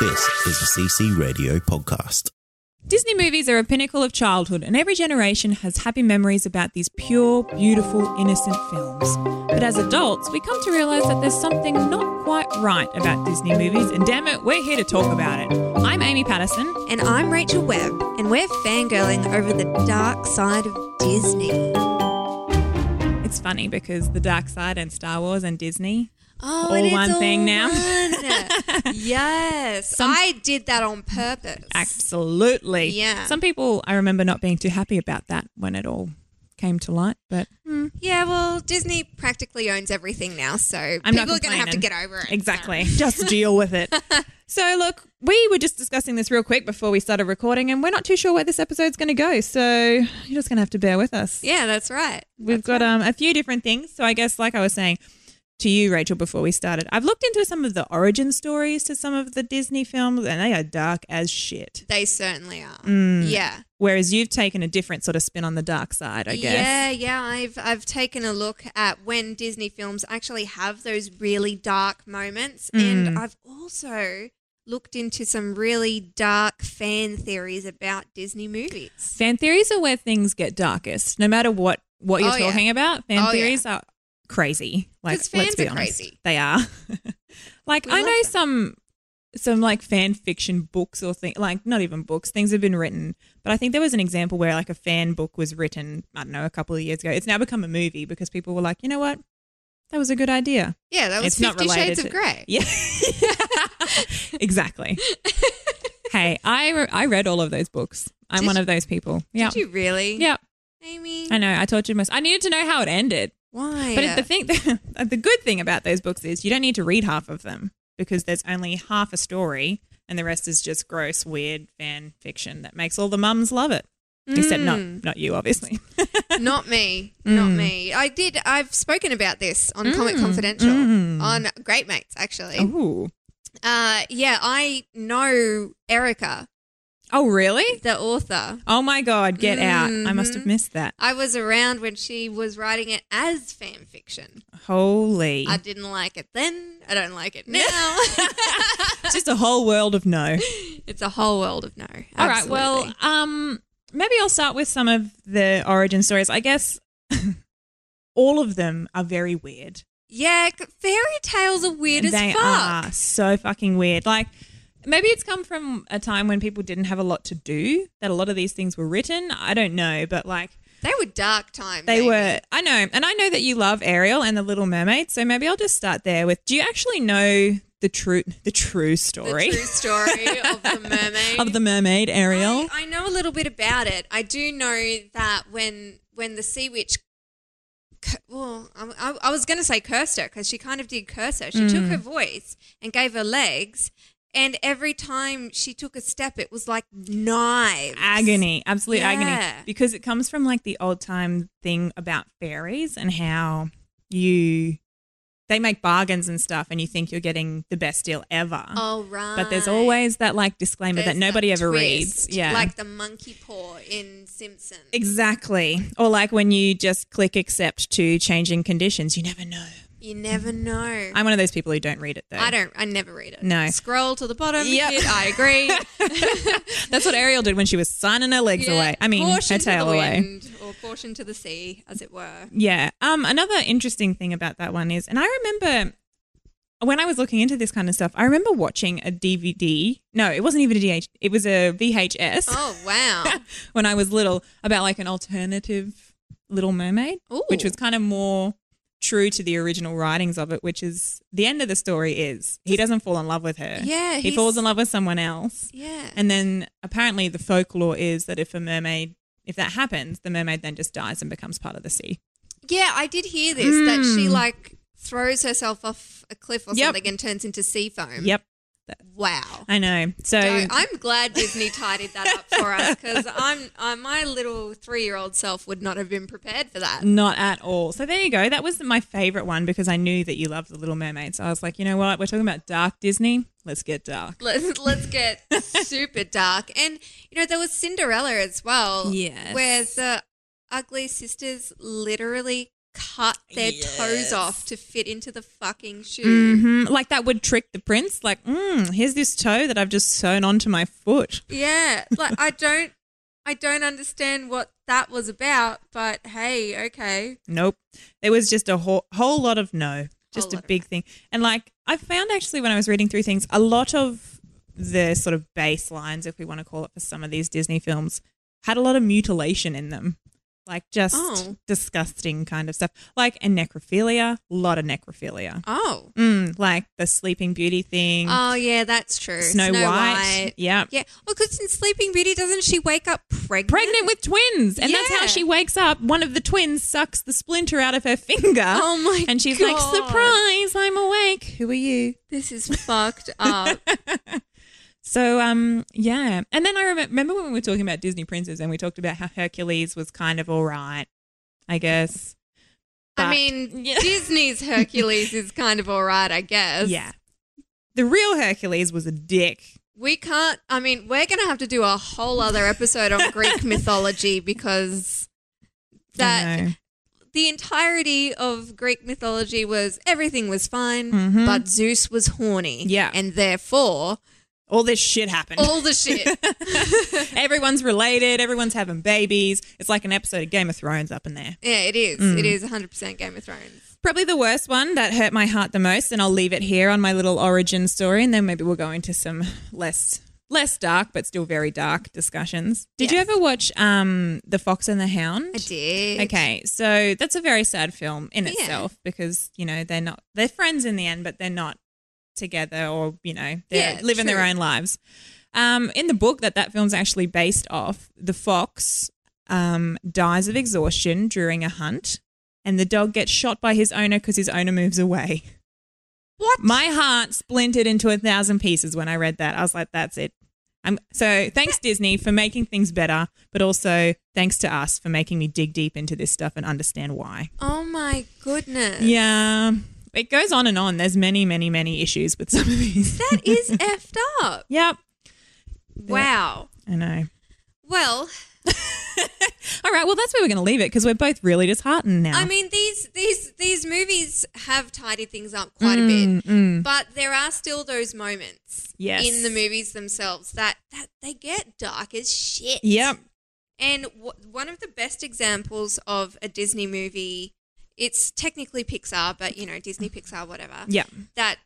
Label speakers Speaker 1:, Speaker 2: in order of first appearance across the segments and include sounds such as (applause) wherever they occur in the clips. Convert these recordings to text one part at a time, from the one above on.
Speaker 1: This is a CC Radio podcast.
Speaker 2: Disney movies are a pinnacle of childhood, and every generation has happy memories about these pure, beautiful, innocent films. But as adults, we come to realise that there's something not quite right about Disney movies, and damn it, we're here to talk about it. I'm Amy Patterson.
Speaker 3: And I'm Rachel Webb, and we're fangirling over the dark side of Disney. Oh,
Speaker 2: It's funny because The Dark Side and Star Wars and Disney.
Speaker 3: Oh,
Speaker 2: All
Speaker 3: and it's
Speaker 2: one
Speaker 3: all
Speaker 2: thing now. (laughs)
Speaker 3: one. yes. I did that on purpose.
Speaker 2: Absolutely.
Speaker 3: Yeah.
Speaker 2: Some people, I remember not being too happy about that when it all came to light, but
Speaker 3: Yeah, well, Disney practically owns everything now, so
Speaker 2: I'm not
Speaker 3: people are going to have to
Speaker 2: complaining.
Speaker 3: get over it. (laughs)
Speaker 2: Exactly. Just deal with it. (laughs) So, look, we were just discussing this real quick before we started recording, and we're not too sure where this episode's going to go. So, you're just going to have to bear with us.
Speaker 3: Yeah, that's right.
Speaker 2: We've got um, a few different things. So, I guess, like I was saying to you, Rachel, before we started, I've looked into some of the origin stories to some of the Disney films, and they are dark as shit.
Speaker 3: They certainly are.
Speaker 2: Mm.
Speaker 3: Yeah.
Speaker 2: Whereas you've taken a different sort of spin on the dark side, I guess.
Speaker 3: Yeah, yeah. I've I've taken a look at when Disney films actually have those really dark moments,
Speaker 2: Mm.
Speaker 3: and I've also looked into some really dark fan theories about Disney movies.
Speaker 2: Fan theories are where things get darkest. No matter what what you're
Speaker 3: Oh, yeah.
Speaker 2: talking about, fan
Speaker 3: Oh, yeah.
Speaker 2: theories are crazy. Like
Speaker 3: 'Cause
Speaker 2: let's
Speaker 3: fans
Speaker 2: be
Speaker 3: are
Speaker 2: honest,
Speaker 3: crazy.
Speaker 2: they are. (laughs) like
Speaker 3: We
Speaker 2: I
Speaker 3: love
Speaker 2: know
Speaker 3: them.
Speaker 2: some some like fan fiction books or things like not even books things have been written but i think there was an example where like a fan book was written i don't know a couple of years ago it's now become a movie because people were like you know what that was a good idea
Speaker 3: Yeah, that was
Speaker 2: it's not
Speaker 3: Fifty
Speaker 2: related
Speaker 3: Shades
Speaker 2: to-
Speaker 3: of
Speaker 2: (laughs)
Speaker 3: Grey.
Speaker 2: Yeah, (laughs)
Speaker 3: (laughs)
Speaker 2: exactly. hey, I re- I read all of those books. I'm
Speaker 3: Did
Speaker 2: one
Speaker 3: you-
Speaker 2: of those people. Yeah,
Speaker 3: Did you really?
Speaker 2: yeah.
Speaker 3: Amy.
Speaker 2: I know. I told you most. I needed to know how it ended.
Speaker 3: Why?
Speaker 2: But the thing, (laughs) the, good thing about those books is you don't need to read half of them because there's only half a story, and the rest is just gross, weird fan fiction that makes all the mums love it. Except not
Speaker 3: Mm.
Speaker 2: not you,
Speaker 3: (laughs)
Speaker 2: obviously.
Speaker 3: not me.
Speaker 2: Mm.
Speaker 3: Not me. I did. I've spoken about this on Comic Confidential
Speaker 2: Mm.
Speaker 3: on Great Mates, actually.
Speaker 2: Ooh.
Speaker 3: Uh, yeah, I know Erica,
Speaker 2: Oh, really?
Speaker 3: the author.
Speaker 2: Oh my God! Get out! I must have
Speaker 3: Mhm.
Speaker 2: missed that.
Speaker 3: I was around when she was writing it as fan fiction.
Speaker 2: Holy!
Speaker 3: I didn't like it then. I don't (laughs) like it now.
Speaker 2: It's (laughs) just a whole world of no.
Speaker 3: it's a whole world of no.
Speaker 2: (laughs) All right. Well,
Speaker 3: Absolutely.
Speaker 2: um, maybe I'll start with some of the origin stories. I guess (laughs) all of them are very weird.
Speaker 3: yeah, c- fairy tales are weird as
Speaker 2: they
Speaker 3: fuck.
Speaker 2: are so fucking weird. Like maybe it's come from a time when people didn't have a lot to do. That a lot of these things were written. I don't know, but like
Speaker 3: They were dark times. eh?
Speaker 2: they
Speaker 3: Amy.
Speaker 2: were. I know, and I know that you love Ariel and the Little Mermaid. So maybe I'll just start there with. Do you actually know the true the true
Speaker 3: the
Speaker 2: story
Speaker 3: (laughs) true story of the
Speaker 2: (laughs)
Speaker 3: mermaid.
Speaker 2: of the mermaid Ariel?
Speaker 3: I, I know a little bit about it. I do know that when when the sea witch, cu- well, I, I- I was going to say cursed her because she kind of did curse her. She took
Speaker 2: Mm.
Speaker 3: her voice and gave her legs, and every time she took a step, it was like knives.
Speaker 2: agony, absolute
Speaker 3: Yeah.
Speaker 2: agony, because it comes from like the old time thing about fairies and how you they make bargains and stuff, and you think you're getting the best deal ever.
Speaker 3: Oh right.
Speaker 2: But there's always that like disclaimer
Speaker 3: There's
Speaker 2: that nobody ever
Speaker 3: twist,
Speaker 2: reads. Yeah.
Speaker 3: like the monkey paw in Simpsons.
Speaker 2: exactly. Or like when you just click accept to changing conditions, you never know.
Speaker 3: You never know.
Speaker 2: I'm one of those people who don't read it though.
Speaker 3: I don't. I never read it.
Speaker 2: No.
Speaker 3: Scroll to the bottom.
Speaker 2: Yep.
Speaker 3: kid, I agree.
Speaker 2: (laughs) That's what Ariel did when she was signing her legs
Speaker 3: Yeah,
Speaker 2: away. I mean,
Speaker 3: caution
Speaker 2: her
Speaker 3: to
Speaker 2: tail
Speaker 3: the
Speaker 2: away.
Speaker 3: wind, or caution to the sea, as
Speaker 2: (laughs)
Speaker 3: it were.
Speaker 2: Yeah. Um, another interesting thing about that one is, and I remember when I was looking into this kind of stuff, I remember watching a DVD. No, it wasn't even a DH, it was a VHS
Speaker 3: Oh wow!
Speaker 2: when I was little about like an alternative Little Mermaid,
Speaker 3: Ooh.
Speaker 2: which was kind of more true to the original writings of it, which is the end of the story is he doesn't fall in love with her.
Speaker 3: Yeah,
Speaker 2: He
Speaker 3: he's-
Speaker 2: falls in love with someone else.
Speaker 3: yeah,
Speaker 2: And then apparently the folklore is that if a mermaid, if that happens, the mermaid then just dies and becomes part of the sea.
Speaker 3: yeah. I did hear this that she like throws herself off a cliff or
Speaker 2: Hmm. Yep.
Speaker 3: something and turns into sea foam.
Speaker 2: Yep.
Speaker 3: Wow.
Speaker 2: I know. So,
Speaker 3: So I'm glad Disney tidied that up for us because I'm uh, my little three year old self would not have been prepared for that.
Speaker 2: Not at all. So there you go. That was my favorite one because I knew that you loved The Little Mermaid. So I was like, you know what? We're talking about dark Disney. Let's get dark.
Speaker 3: Let's
Speaker 2: (laughs)
Speaker 3: let's get super dark, and you know there was Cinderella as well.
Speaker 2: Yes.
Speaker 3: where the ugly sisters literally cut their toes off to fit into the fucking shoe.
Speaker 2: hmm Like that would trick the prince. Like, mm, here's this toe that I've just sewn onto my foot. (laughs)
Speaker 3: Yeah, like I don't, I don't understand what that was about. But hey, okay.
Speaker 2: Nope. There was just a whole, whole lot of no, just a
Speaker 3: lot of
Speaker 2: big thing. And like I found actually when I was reading through things, a lot of the sort of baselines, if we want to call it, for some of these Disney films had a lot of mutilation in them. Like just
Speaker 3: Oh.
Speaker 2: disgusting kind of stuff. Like and necrophilia, a lot of necrophilia.
Speaker 3: Oh,
Speaker 2: Mm, like the Sleeping Beauty thing,
Speaker 3: oh yeah, that's true.
Speaker 2: Snow, White. Yeah.
Speaker 3: Yeah. Well, because in Sleeping Beauty, doesn't she wake up pregnant?
Speaker 2: Pregnant with twins. And that's how
Speaker 3: Yeah.
Speaker 2: she wakes up. One of the twins sucks the splinter out of her finger.
Speaker 3: Oh my
Speaker 2: And she's like,
Speaker 3: God.
Speaker 2: surprise, I'm awake. Who are you?
Speaker 3: This is
Speaker 2: (laughs)
Speaker 3: fucked up.
Speaker 2: So, um, yeah. And then I remem- remember when we were talking about Disney princes and we talked about how Hercules was kind of all right, I guess. But-
Speaker 3: I
Speaker 2: (laughs)
Speaker 3: mean,
Speaker 2: Yeah.
Speaker 3: Disney's Hercules is kind of all right, I guess.
Speaker 2: yeah. The real Hercules was a dick.
Speaker 3: We can't, I mean, we're going to have to do a whole other episode on
Speaker 2: (laughs)
Speaker 3: Greek mythology because that
Speaker 2: I
Speaker 3: the entirety of Greek mythology was everything was fine,
Speaker 2: Mhm.
Speaker 3: but Zeus was horny.
Speaker 2: Yeah.
Speaker 3: And therefore,
Speaker 2: all this shit happened.
Speaker 3: all the shit.
Speaker 2: (laughs) everyone's related. Everyone's having babies. It's like an episode of Game of Thrones up in there.
Speaker 3: yeah, it is.
Speaker 2: Mm.
Speaker 3: It is 100% Game of Thrones.
Speaker 2: Probably the worst one that hurt my heart the most, and I'll leave it here on my little origin story, and then maybe we'll go into some less less dark but still very dark discussions. Did
Speaker 3: Yes.
Speaker 2: you ever watch um The Fox and the Hound?
Speaker 3: I did.
Speaker 2: Okay, so that's a very sad film in
Speaker 3: Yeah.
Speaker 2: itself because you know they're not they're friends in the end, but they're not together or you know they're
Speaker 3: Yeah,
Speaker 2: living their
Speaker 3: true.
Speaker 2: own lives. Um, in the book that that film's actually based off, the fox um, dies of exhaustion during a hunt, and the dog gets shot by his owner because his owner moves away.
Speaker 3: What?
Speaker 2: My heart splintered into a thousand pieces when I read that. I was like, that's it. Um, so thanks, Disney, for making things better, but also thanks to us for making me dig deep into this stuff and understand why.
Speaker 3: Oh my goodness.
Speaker 2: Yeah. It goes on and on. There's many, many, many issues with some of these.
Speaker 3: That
Speaker 2: (laughs)
Speaker 3: is effed up.
Speaker 2: yep.
Speaker 3: Wow.
Speaker 2: I know.
Speaker 3: Well,
Speaker 2: All right. Well, that's where we're going to leave it because we're both really disheartened now.
Speaker 3: I mean these these these movies have tidied things up quite a bit, but there are still those moments
Speaker 2: Mm, Yes.
Speaker 3: in the movies themselves that that they get dark as shit.
Speaker 2: yep.
Speaker 3: And w- one of the best examples of a Disney movie, it's technically Pixar, but you know Disney Pixar whatever.
Speaker 2: Yep.
Speaker 3: That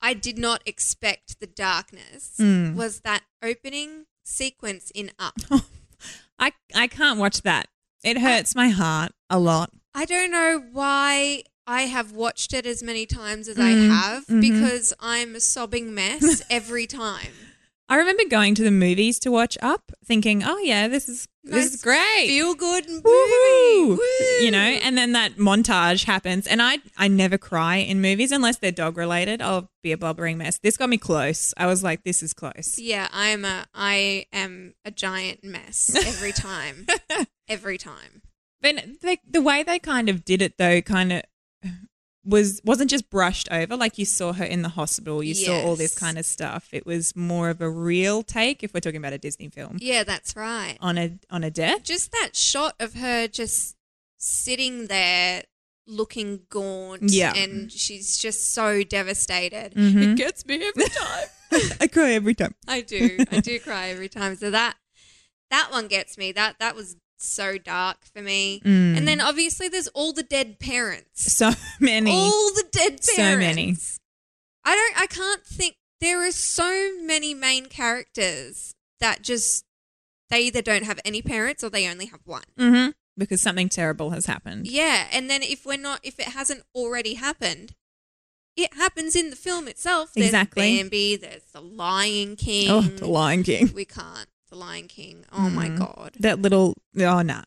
Speaker 3: I did not expect the darkness
Speaker 2: Mm.
Speaker 3: was that opening sequence in Up.
Speaker 2: I, I can't watch that. It hurts my heart a lot.
Speaker 3: I don't know why I have watched it as many times as I
Speaker 2: Mm,
Speaker 3: have
Speaker 2: mm-hmm.
Speaker 3: because I'm a
Speaker 2: (laughs)
Speaker 3: sobbing mess every time.
Speaker 2: I remember going to the movies to watch Up, thinking, "Oh yeah, this is this is
Speaker 3: Nice
Speaker 2: great,
Speaker 3: Feel good movie.
Speaker 2: Woohoo!
Speaker 3: Woo!
Speaker 2: you know." And then that montage happens, and I I never cry in movies unless they're dog related. I'll be a blubbering mess. This got me close. I was like, "This is close."
Speaker 3: Yeah, I am a I am a
Speaker 2: (laughs)
Speaker 3: giant mess every time. every time.
Speaker 2: But the, the way they kind of did it though, kind of was wasn't just brushed over. Like you saw her in the hospital, you saw all this
Speaker 3: Yes.
Speaker 2: kind of stuff. It was more of a real take if we're talking about a Disney film
Speaker 3: Yeah, that's right.
Speaker 2: on a on a death.
Speaker 3: Just that shot of her just sitting there looking gaunt
Speaker 2: Yeah.
Speaker 3: and she's just so devastated.
Speaker 2: Mhm.
Speaker 3: It gets me every time.
Speaker 2: (laughs) I cry every time.
Speaker 3: I do. I
Speaker 2: (laughs)
Speaker 3: do cry every time. So that that one gets me. That that was so dark for me. And then obviously there's all the dead parents.
Speaker 2: So Mm. many.
Speaker 3: All the dead parents.
Speaker 2: So many.
Speaker 3: I don't I can't think there are so many main characters that just they either don't have any parents or they only have one.
Speaker 2: Mm-hmm. Because something terrible has happened.
Speaker 3: Yeah, and then if we're not if it hasn't already happened, it happens in the film itself. There's
Speaker 2: Exactly.
Speaker 3: Bambi, there's the Lion King.
Speaker 2: Oh, the Lion King.
Speaker 3: We can't. The Lion King. Oh my god.
Speaker 2: That little, oh, nah. Mm.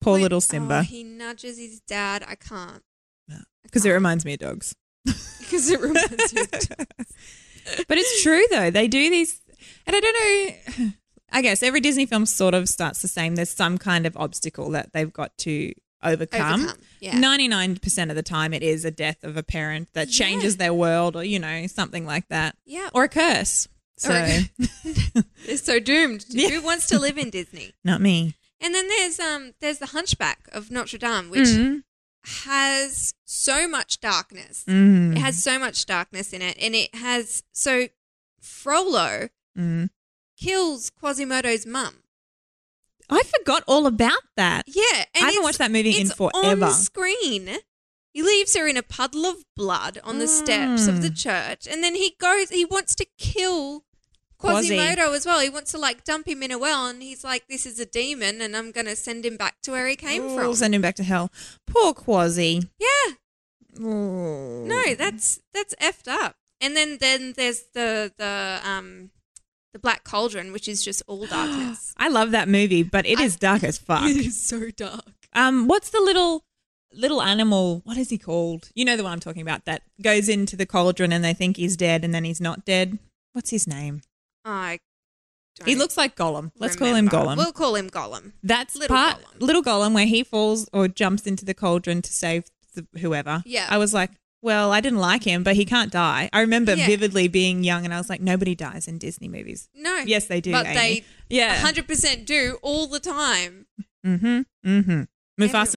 Speaker 2: Poor
Speaker 3: When-
Speaker 2: little
Speaker 3: oh,
Speaker 2: Simba.
Speaker 3: he nudges his dad. I can't. (laughs)
Speaker 2: because it reminds me of dogs.
Speaker 3: because it reminds me.
Speaker 2: (laughs)
Speaker 3: of-
Speaker 2: But it's true though. They do these, and I don't know. I guess every Disney film sort of starts the same. There's some kind of obstacle that they've got to overcome.
Speaker 3: Overcome, yeah.
Speaker 2: Ninety-nine percent of the time, it is a death of a parent that
Speaker 3: Yeah.
Speaker 2: changes their world, or you know, something like that.
Speaker 3: Yeah.
Speaker 2: or a curse. So
Speaker 3: Or a They're so doomed. Who wants to live in Disney?
Speaker 2: (laughs) not me.
Speaker 3: And then there's um there's the Hunchback of Notre Dame, which
Speaker 2: Mhm.
Speaker 3: has so much darkness.
Speaker 2: Mm.
Speaker 3: It has so much darkness in it, and it has so Frollo
Speaker 2: Mm.
Speaker 3: kills Quasimodo's mum.
Speaker 2: I forgot all about that.
Speaker 3: Yeah, and
Speaker 2: haven't
Speaker 3: it's-
Speaker 2: watched that movie in
Speaker 3: it's
Speaker 2: forever.
Speaker 3: On screen, he leaves her in a puddle of blood on the steps of
Speaker 2: Mm.
Speaker 3: the church, and then he goes. He wants to kill
Speaker 2: Quasi.
Speaker 3: Quasimodo as well. He wants to like dump him in a well, and he's like, "This is a demon, and I'm going to send him back to where he came
Speaker 2: Ooh,
Speaker 3: from."
Speaker 2: Send him back to hell. Poor Quasi.
Speaker 3: yeah,
Speaker 2: Ooh.
Speaker 3: no, that's that's effed up. And then then there's the the um the black cauldron, which is just
Speaker 2: (gasps)
Speaker 3: all darkness.
Speaker 2: I love that movie, but it is
Speaker 3: I-
Speaker 2: dark as
Speaker 3: (laughs)
Speaker 2: fuck.
Speaker 3: it is so dark.
Speaker 2: Um, what's the little little animal? What is he called? You know the one I'm talking about that goes into the cauldron and they think he's dead and then he's not dead. What's his name?
Speaker 3: I. Don't
Speaker 2: He looks like Gollum. Let's call him
Speaker 3: remember.
Speaker 2: Gollum.
Speaker 3: We'll call him Gollum.
Speaker 2: That's
Speaker 3: Little
Speaker 2: part
Speaker 3: Gollum.
Speaker 2: little Gollum where he falls or jumps into the cauldron to save the, whoever.
Speaker 3: Yeah.
Speaker 2: I was like, well, I didn't like him, but he can't die. I remember
Speaker 3: Yeah.
Speaker 2: vividly being young and I was like, nobody dies in Disney movies.
Speaker 3: No.
Speaker 2: Yes, they do.
Speaker 3: But
Speaker 2: Amy.
Speaker 3: they
Speaker 2: yeah,
Speaker 3: 100% do all the time.
Speaker 2: Mm-hmm. Mm-hmm. Mufasa.
Speaker 3: Everyone.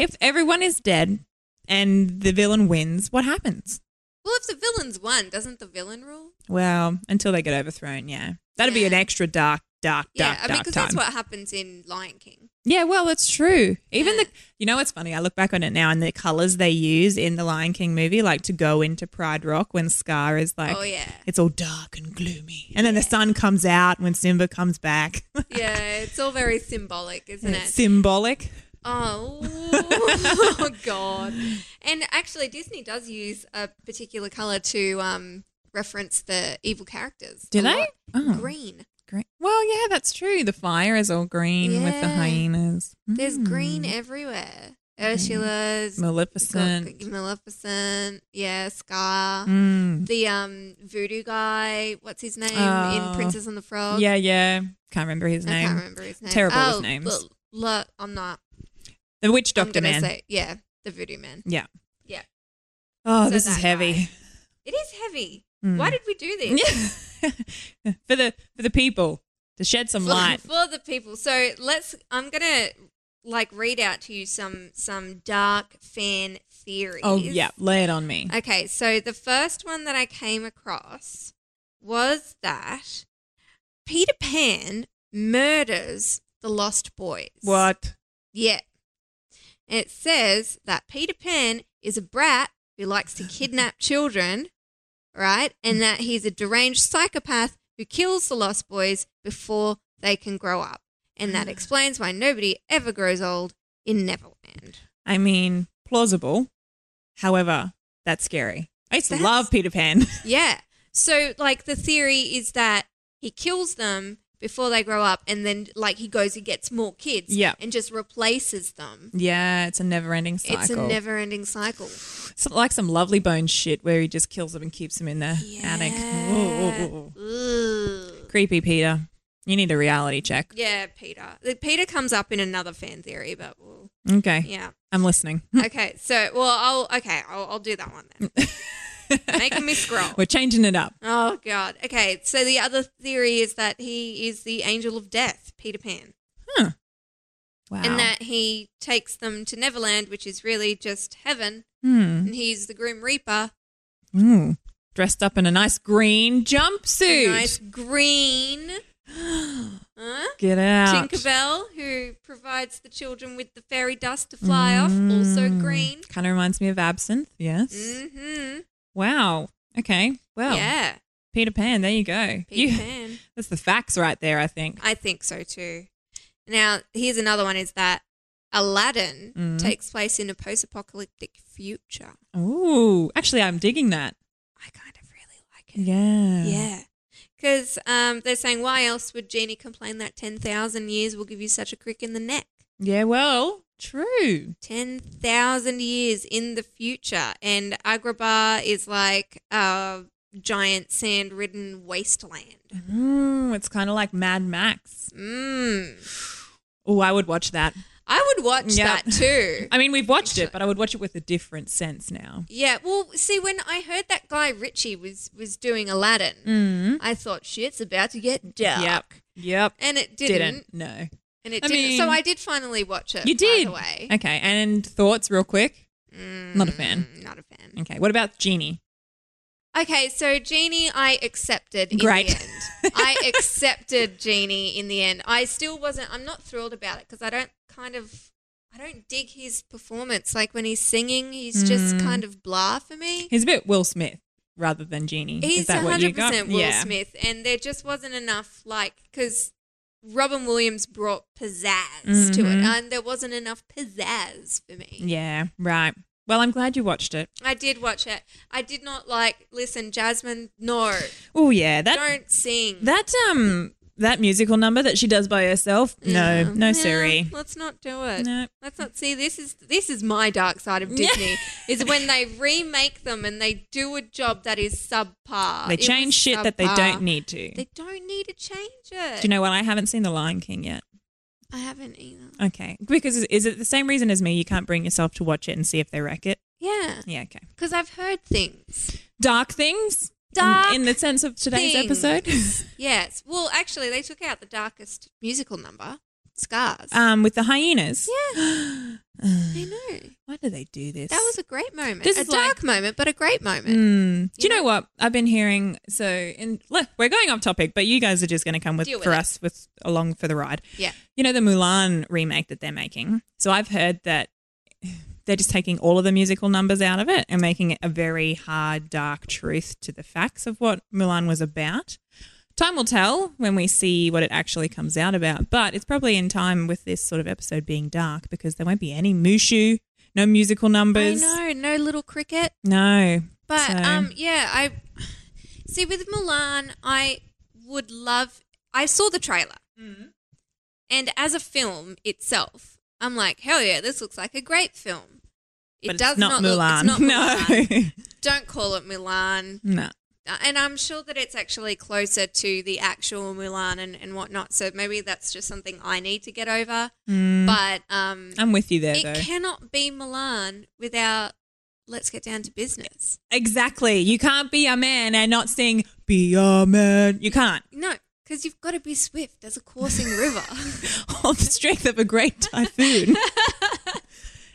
Speaker 2: (laughs) If everyone is dead and the villain wins, what happens?
Speaker 3: well, if the villain's won, doesn't the villain rule?
Speaker 2: Well, until they get overthrown, yeah. That'd be
Speaker 3: Yeah.
Speaker 2: an extra dark, dark,
Speaker 3: Yeah,
Speaker 2: dark,
Speaker 3: I mean,
Speaker 2: dark
Speaker 3: because
Speaker 2: time.
Speaker 3: that's what happens in Lion King.
Speaker 2: yeah, well, it's true. Even
Speaker 3: Yeah.
Speaker 2: the, you know, what's funny? I look back on it now, and the colors they use in the Lion King movie, like to go into Pride Rock when Scar is like,
Speaker 3: oh yeah,
Speaker 2: it's all dark and gloomy, and then the sun comes out when Simba comes back. (laughs)
Speaker 3: yeah. It's all very symbolic, isn't it?
Speaker 2: Symbolic.
Speaker 3: Oh,
Speaker 2: (laughs)
Speaker 3: oh God! And actually, Disney does use a particular color to um, reference the evil characters.
Speaker 2: Do
Speaker 3: a
Speaker 2: they?
Speaker 3: lot.
Speaker 2: Oh.
Speaker 3: Green.
Speaker 2: Great. Well, yeah, that's true. The fire is all green with the
Speaker 3: Yeah.
Speaker 2: hyenas.
Speaker 3: There's
Speaker 2: Mm.
Speaker 3: green everywhere. Ursula's
Speaker 2: Maleficent.
Speaker 3: Got- Maleficent. Yeah, Scar.
Speaker 2: Mm.
Speaker 3: The um voodoo guy. What's his name
Speaker 2: Oh.
Speaker 3: in Princess and the Frog?
Speaker 2: Yeah, yeah. Can't remember his
Speaker 3: I
Speaker 2: name.
Speaker 3: can't remember his name.
Speaker 2: Terrible with
Speaker 3: Oh,
Speaker 2: names.
Speaker 3: Well, look, I'm not.
Speaker 2: The witch
Speaker 3: I'm
Speaker 2: doctor
Speaker 3: gonna
Speaker 2: man.
Speaker 3: say yeah, the voodoo man.
Speaker 2: yeah.
Speaker 3: Yeah.
Speaker 2: Oh,
Speaker 3: So
Speaker 2: this is
Speaker 3: that
Speaker 2: heavy.
Speaker 3: guy. It is heavy.
Speaker 2: Mm.
Speaker 3: Why did we do this?
Speaker 2: Yeah. (laughs) for the for the people to shed some
Speaker 3: for,
Speaker 2: light.
Speaker 3: (laughs) for the people. So let's. I'm gonna like read out to you some some dark fan theories.
Speaker 2: Oh yeah, lay it on me.
Speaker 3: Okay, so the first one that I came across was that Peter Pan murders the lost boys.
Speaker 2: What?
Speaker 3: Yeah. It says that Peter Pan is a brat who likes
Speaker 2: (laughs)
Speaker 3: to kidnap children, right?
Speaker 2: Mm.
Speaker 3: And that he's a deranged psychopath who kills the lost boys before they can grow up.
Speaker 2: (sighs)
Speaker 3: And that explains why nobody ever grows old in Neverland.
Speaker 2: I mean, plausible. However, that's scary. I used to
Speaker 3: That's-
Speaker 2: love Peter Pan. (laughs)
Speaker 3: Yeah. So, like, the theory is that he kills them before they grow up, and then, like, he goes and gets more kids
Speaker 2: Yeah.
Speaker 3: and just replaces them.
Speaker 2: yeah, it's a never-ending cycle.
Speaker 3: It's a never ending cycle.
Speaker 2: It's like some lovely bone shit where he just kills them and keeps them in the attic. Ooh, ooh, ooh, ooh.
Speaker 3: Ooh.
Speaker 2: Creepy Peter. You need a reality check.
Speaker 3: Yeah, Peter. Like, Peter comes up in another fan theory, but we'll,
Speaker 2: Okay.
Speaker 3: yeah.
Speaker 2: I'm listening. (laughs)
Speaker 3: Okay, so well, I'll okay, I'll, I'll do that one then. Making me scroll.
Speaker 2: We're changing it up.
Speaker 3: Oh God. Okay, so the other theory is that he is the angel of death, Peter Pan,
Speaker 2: Wow.
Speaker 3: and that he takes them to Neverland, which is really just heaven,
Speaker 2: Hmm.
Speaker 3: and he's the Grim Reaper,
Speaker 2: Ooh. Dressed up in a nice green jumpsuit.
Speaker 3: nice
Speaker 2: (gasps)
Speaker 3: green. Huh?
Speaker 2: Get out.
Speaker 3: Tinkerbell, who provides the children with the fairy dust to fly off, also green.
Speaker 2: Kind of Mm. reminds me of absinthe. Yes.
Speaker 3: Mm-hmm.
Speaker 2: Wow. Okay. Well,
Speaker 3: yeah,
Speaker 2: Peter Pan. There you go.
Speaker 3: Peter
Speaker 2: You-
Speaker 3: Pan.
Speaker 2: (laughs) That's the facts right there. I think.
Speaker 3: I think so too. Now, here's another one is that Aladdin
Speaker 2: Mm.
Speaker 3: takes place in a post apocalyptic future.
Speaker 2: Ooh. Actually, I'm digging that.
Speaker 3: I kind of really like it.
Speaker 2: Yeah.
Speaker 3: Yeah. Because um, they're saying, why else would Genie complain that 10,000 years will give you such a crick in the neck?
Speaker 2: Yeah. Well, true.
Speaker 3: 10,000 years in the future. And Agrabah is like a giant sand ridden wasteland.
Speaker 2: Mm, it's kind of like Mad Max.
Speaker 3: Mm.
Speaker 2: Oh, I would watch that.
Speaker 3: I would watch
Speaker 2: Yeah.
Speaker 3: that too.
Speaker 2: (laughs) I mean, we've watched it, but I would watch it with a different sense now.
Speaker 3: Yeah, well, see, when I heard that guy Richie was was doing Aladdin, I thought shit's about to get dark,
Speaker 2: Mm-hmm. Yep. Yep.
Speaker 3: and it didn't,
Speaker 2: Didn't. No.
Speaker 3: and it
Speaker 2: I
Speaker 3: didn't.
Speaker 2: mean-
Speaker 3: so I did finally watch it.
Speaker 2: You did.
Speaker 3: By the way,
Speaker 2: Okay. And thoughts, real quick. Not a fan.
Speaker 3: Mm, not a fan.
Speaker 2: Okay. What about Genie?
Speaker 3: Okay, so Genie, I accepted. In
Speaker 2: Great.
Speaker 3: The end.
Speaker 2: (laughs)
Speaker 3: I accepted Genie in the end. I still wasn't. I'm not thrilled about it because I don't kind of. I don't dig his performance. Like when he's singing, he's just
Speaker 2: Mm.
Speaker 3: kind of blah for me.
Speaker 2: He's a bit Will Smith rather than Genie. Is
Speaker 3: He's
Speaker 2: that what you got?
Speaker 3: 100% Will
Speaker 2: yeah.
Speaker 3: Smith, and there just wasn't enough, like, because Robin Williams brought pizzazz to it,
Speaker 2: Mhm.
Speaker 3: and there wasn't enough pizzazz for me.
Speaker 2: Yeah. Right. Well, I'm glad you watched it.
Speaker 3: I did watch it. I did not like, listen, Jasmine, no,
Speaker 2: Oh yeah. That
Speaker 3: don't sing.
Speaker 2: that um that musical number that she does by herself. No.
Speaker 3: Yeah.
Speaker 2: No,
Speaker 3: Yeah,
Speaker 2: sorry.
Speaker 3: Let's not do it.
Speaker 2: No.
Speaker 3: Let's not see. This is this is my dark side
Speaker 2: (laughs)
Speaker 3: of Disney. is when they remake them and they do a job that is subpar.
Speaker 2: They
Speaker 3: Uh, It was
Speaker 2: change shit that they
Speaker 3: subpar.
Speaker 2: don't need to.
Speaker 3: They don't need to change
Speaker 2: Do
Speaker 3: it.
Speaker 2: you know what? I haven't seen The Lion King yet.
Speaker 3: I haven't either.
Speaker 2: Okay. Because is- is it the same reason as me? You can't bring yourself to watch it and see if they wreck it.
Speaker 3: Yeah.
Speaker 2: Yeah. Okay.
Speaker 3: Because I've heard things.
Speaker 2: Dark things. in-
Speaker 3: Dark
Speaker 2: in, the sense of today's
Speaker 3: things.
Speaker 2: episode. (laughs)
Speaker 3: (laughs) Yes. Well, actually, they took out the darkest musical number, Scars.
Speaker 2: um, with the hyenas.
Speaker 3: yeah. I know.
Speaker 2: (gasps) Why do they do this?
Speaker 3: That was a great moment.
Speaker 2: This
Speaker 3: a
Speaker 2: is like-
Speaker 3: dark moment, but a great moment.
Speaker 2: Mm. Do you
Speaker 3: You
Speaker 2: know what I've been hearing? So, in look, we're going off topic, but you guys are just going to come with,
Speaker 3: Deal with
Speaker 2: for
Speaker 3: it.
Speaker 2: us with along for the ride.
Speaker 3: Yeah.
Speaker 2: You know the Mulan remake that they're making. So I've heard that they're just taking all of the musical numbers out of it and making it a very hard, dark truth to the facts of what Mulan was about. Time will tell when we see what it actually comes out about, but it's probably in time with this sort of episode being dark because there won't be any Mushu, no musical
Speaker 3: I
Speaker 2: numbers.
Speaker 3: know. No little cricket.
Speaker 2: No.
Speaker 3: But
Speaker 2: So-
Speaker 3: um, yeah, I see with Milan, I would love. I saw the trailer,
Speaker 2: Mm-hmm.
Speaker 3: and as a film itself, I'm like, hell yeah, this looks like a great film. It
Speaker 2: but it's
Speaker 3: does
Speaker 2: not
Speaker 3: look-
Speaker 2: Mulan.
Speaker 3: it's not Mulan.
Speaker 2: (laughs) No.
Speaker 3: Don't call it Milan.
Speaker 2: No. (laughs)
Speaker 3: and I'm sure that it's actually closer to the actual Mulan and, and whatnot. So maybe that's just something I need to get over. But um,
Speaker 2: I'm with you there,
Speaker 3: it
Speaker 2: Mm. though.
Speaker 3: cannot be Milan without let's get down to business.
Speaker 2: exactly. You can't be a man and not sing "Be a Man." You can't.
Speaker 3: No, because you've got to be swift as
Speaker 2: (laughs)
Speaker 3: a coursing river.
Speaker 2: On the strength of a great
Speaker 3: (laughs)
Speaker 2: typhoon.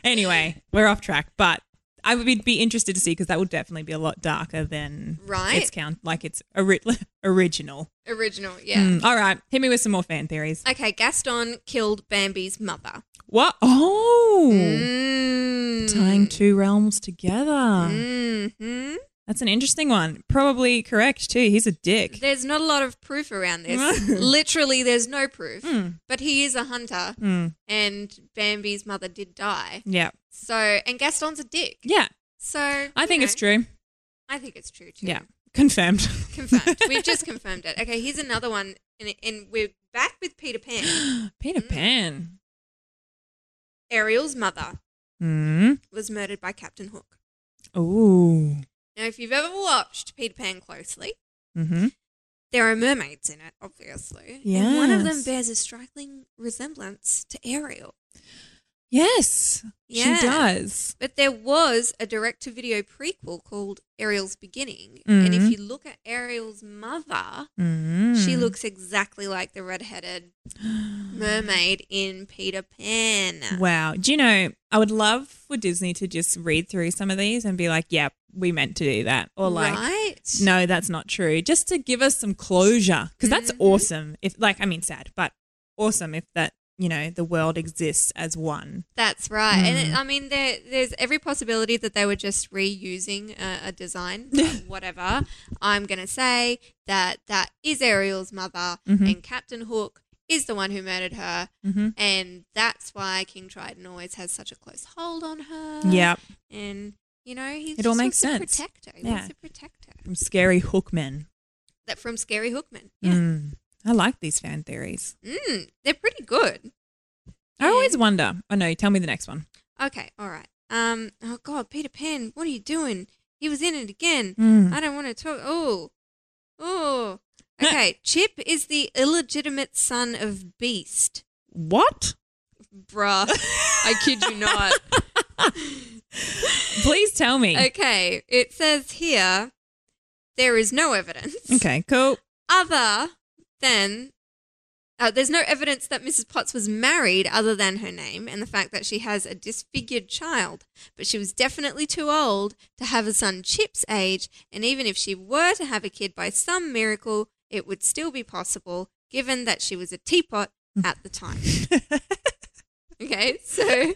Speaker 2: anyway, we're off track, but I would be- be interested to see because that would definitely be a lot darker than
Speaker 3: Right.
Speaker 2: It's count like it's ori- (laughs) original.
Speaker 3: Original, yeah.
Speaker 2: Mm, all right, hit me with some more fan theories.
Speaker 3: Okay, Gaston killed Bambi's mother.
Speaker 2: What? Oh,
Speaker 3: Mm.
Speaker 2: tying two realms together.
Speaker 3: hmm
Speaker 2: That's an interesting one. Probably correct too. He's a dick.
Speaker 3: There's not a lot of proof around
Speaker 2: (laughs)
Speaker 3: this. Literally, there's no proof. But he is a hunter,
Speaker 2: Mm,
Speaker 3: and Bambi's mother did die.
Speaker 2: yeah.
Speaker 3: So, and Gaston's a dick.
Speaker 2: Yeah.
Speaker 3: So,
Speaker 2: I
Speaker 3: you
Speaker 2: think
Speaker 3: know,
Speaker 2: it's true.
Speaker 3: I think it's true too.
Speaker 2: Yeah. Confirmed. (laughs)
Speaker 3: confirmed. We've just confirmed it. Okay, here's another one, and, and we're back with Peter Pan.
Speaker 2: (gasps) Peter
Speaker 3: Mm.
Speaker 2: Pan.
Speaker 3: Ariel's mother
Speaker 2: Hmm.
Speaker 3: was murdered by Captain Hook.
Speaker 2: Ooh.
Speaker 3: Now, if you've ever watched Peter Pan closely,
Speaker 2: Mm-hmm.
Speaker 3: There are mermaids in it, obviously. And one of them
Speaker 2: Yes.
Speaker 3: bears a striking resemblance to Ariel.
Speaker 2: Yes,
Speaker 3: Yeah.
Speaker 2: she does.
Speaker 3: But there was a direct to video prequel called Ariel's Beginning. And
Speaker 2: Mm.
Speaker 3: if you look at Ariel's mother, she looks exactly like the redheaded mermaid in Peter
Speaker 2: (gasps)
Speaker 3: Pan.
Speaker 2: Wow. Do you know, I would love for Disney to just read through some of these and be like, yeah, we meant to do that. Or like,
Speaker 3: right?
Speaker 2: no, that's not true. Just to give us some closure. Because that's
Speaker 3: Mm-hmm.
Speaker 2: awesome. If, like, I mean, sad, but awesome if that, you know, the world exists as one.
Speaker 3: That's right. And it,
Speaker 2: Hmm.
Speaker 3: I mean, there, there's every possibility that they were just reusing a,
Speaker 2: (laughs)
Speaker 3: a design, but whatever. I'm going to say that that is Ariel's mother,
Speaker 2: Mm-hmm.
Speaker 3: and Captain Hook is the one who murdered her. And that's why King Triton always has such a close hold on her.
Speaker 2: Yep.
Speaker 3: And, you know, he
Speaker 2: It all
Speaker 3: just
Speaker 2: makes
Speaker 3: wants to
Speaker 2: sense.
Speaker 3: protect her. He
Speaker 2: Yeah.
Speaker 3: wants to protect her.
Speaker 2: From scary hookmen.
Speaker 3: That from Scary Hookman. Yeah.
Speaker 2: Mm. I like these fan theories.
Speaker 3: Mm, they're pretty good.
Speaker 2: I always wonder. Oh, no, tell me the next one.
Speaker 3: Okay, all right. Um, oh God, Peter Pan, what are you doing? He was in it again.
Speaker 2: Mm.
Speaker 3: I don't want to talk. Oh, oh. Okay, Chip is the illegitimate son of Beast.
Speaker 2: What?
Speaker 3: Bruh, I kid you not.
Speaker 2: Please tell me.
Speaker 3: (laughs) okay, it says here there is no evidence
Speaker 2: okay, cool. (laughs)
Speaker 3: other than. Uh, there's no evidence that Mrs. Potts was married other than her name and the fact that she has a disfigured child. But she was definitely too old to have a son Chip's age, and even if she were to have a kid by some miracle, it would still be possible given that she was a teapot at the time. okay, (laughs) so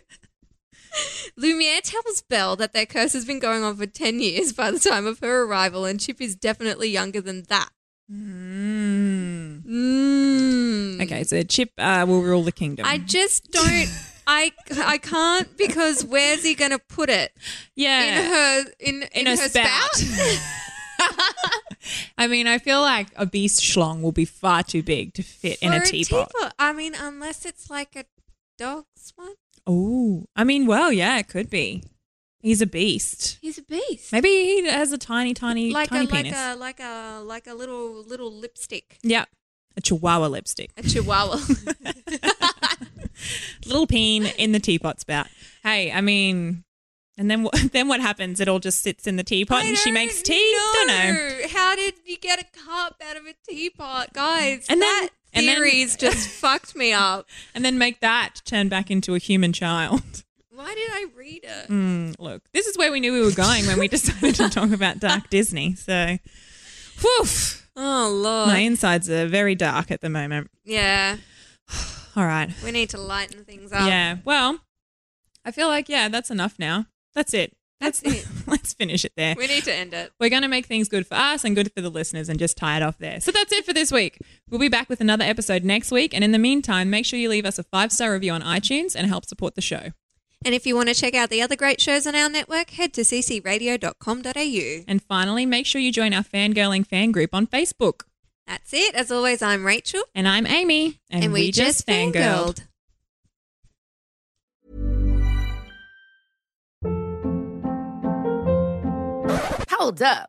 Speaker 3: Lumiere tells Belle that their curse has been going on for 10 years by the time of her arrival, and Chip is definitely younger than that.
Speaker 2: Mm.
Speaker 3: Mm.
Speaker 2: Okay, so Chip uh, will rule the kingdom.
Speaker 3: I just don't. I I can't because where's he gonna put it
Speaker 2: yeah.
Speaker 3: in her in in,
Speaker 2: a
Speaker 3: her spout?
Speaker 2: (laughs)
Speaker 3: (laughs)
Speaker 2: I mean, I feel like a beast schlong will be far too big to fit in
Speaker 3: For
Speaker 2: a teapot.
Speaker 3: I mean, unless it's like a dog's one.
Speaker 2: Oh, I mean, well, yeah, it could be. He's a beast.
Speaker 3: He's a beast.
Speaker 2: Maybe he has a tiny, tiny,
Speaker 3: like
Speaker 2: tiny
Speaker 3: a like
Speaker 2: penis.
Speaker 3: a like a like a little little lipstick,
Speaker 2: yeah, a chihuahua lipstick, (laughs)
Speaker 3: a chihuahua.
Speaker 2: little peen in the teapot spout. Hey, I mean, and then wh- (laughs) then what happens? It all just sits in the teapot,
Speaker 3: I
Speaker 2: and she
Speaker 3: don't
Speaker 2: makes tea. Don't know.
Speaker 3: know. How did you get a cup out of a teapot, guys?
Speaker 2: And then-
Speaker 3: that
Speaker 2: and then-
Speaker 3: theories just (laughs) fucked me up.
Speaker 2: And then make that turn back into a human child.
Speaker 3: Why did I read it?
Speaker 2: Mm, look, this is where we knew we were going when we (laughs) decided to talk about Dark Disney. So, whew,
Speaker 3: Oh lord.
Speaker 2: my insides are very dark at the moment.
Speaker 3: Yeah,
Speaker 2: All right.
Speaker 3: we need to lighten things up.
Speaker 2: Yeah. Well, I feel like, yeah, that's enough now. That's it. That's,
Speaker 3: That's
Speaker 2: it. (laughs) let's finish it there.
Speaker 3: We need to end it.
Speaker 2: We're going to make things good for us and good for the listeners and just tie it off there. So that's it for this week. We'll be back with another episode next week. And in the meantime, make sure you leave us a five star review on iTunes and help support the show.
Speaker 3: And if you want to check out the other great shows on our network, head to ccradio.com.au.
Speaker 2: And finally, make sure you join our fangirling fan group on Facebook.
Speaker 3: That's it. As always, I'm Rachel.
Speaker 2: And I'm Amy. And, we, just fangirled.
Speaker 4: Hold up.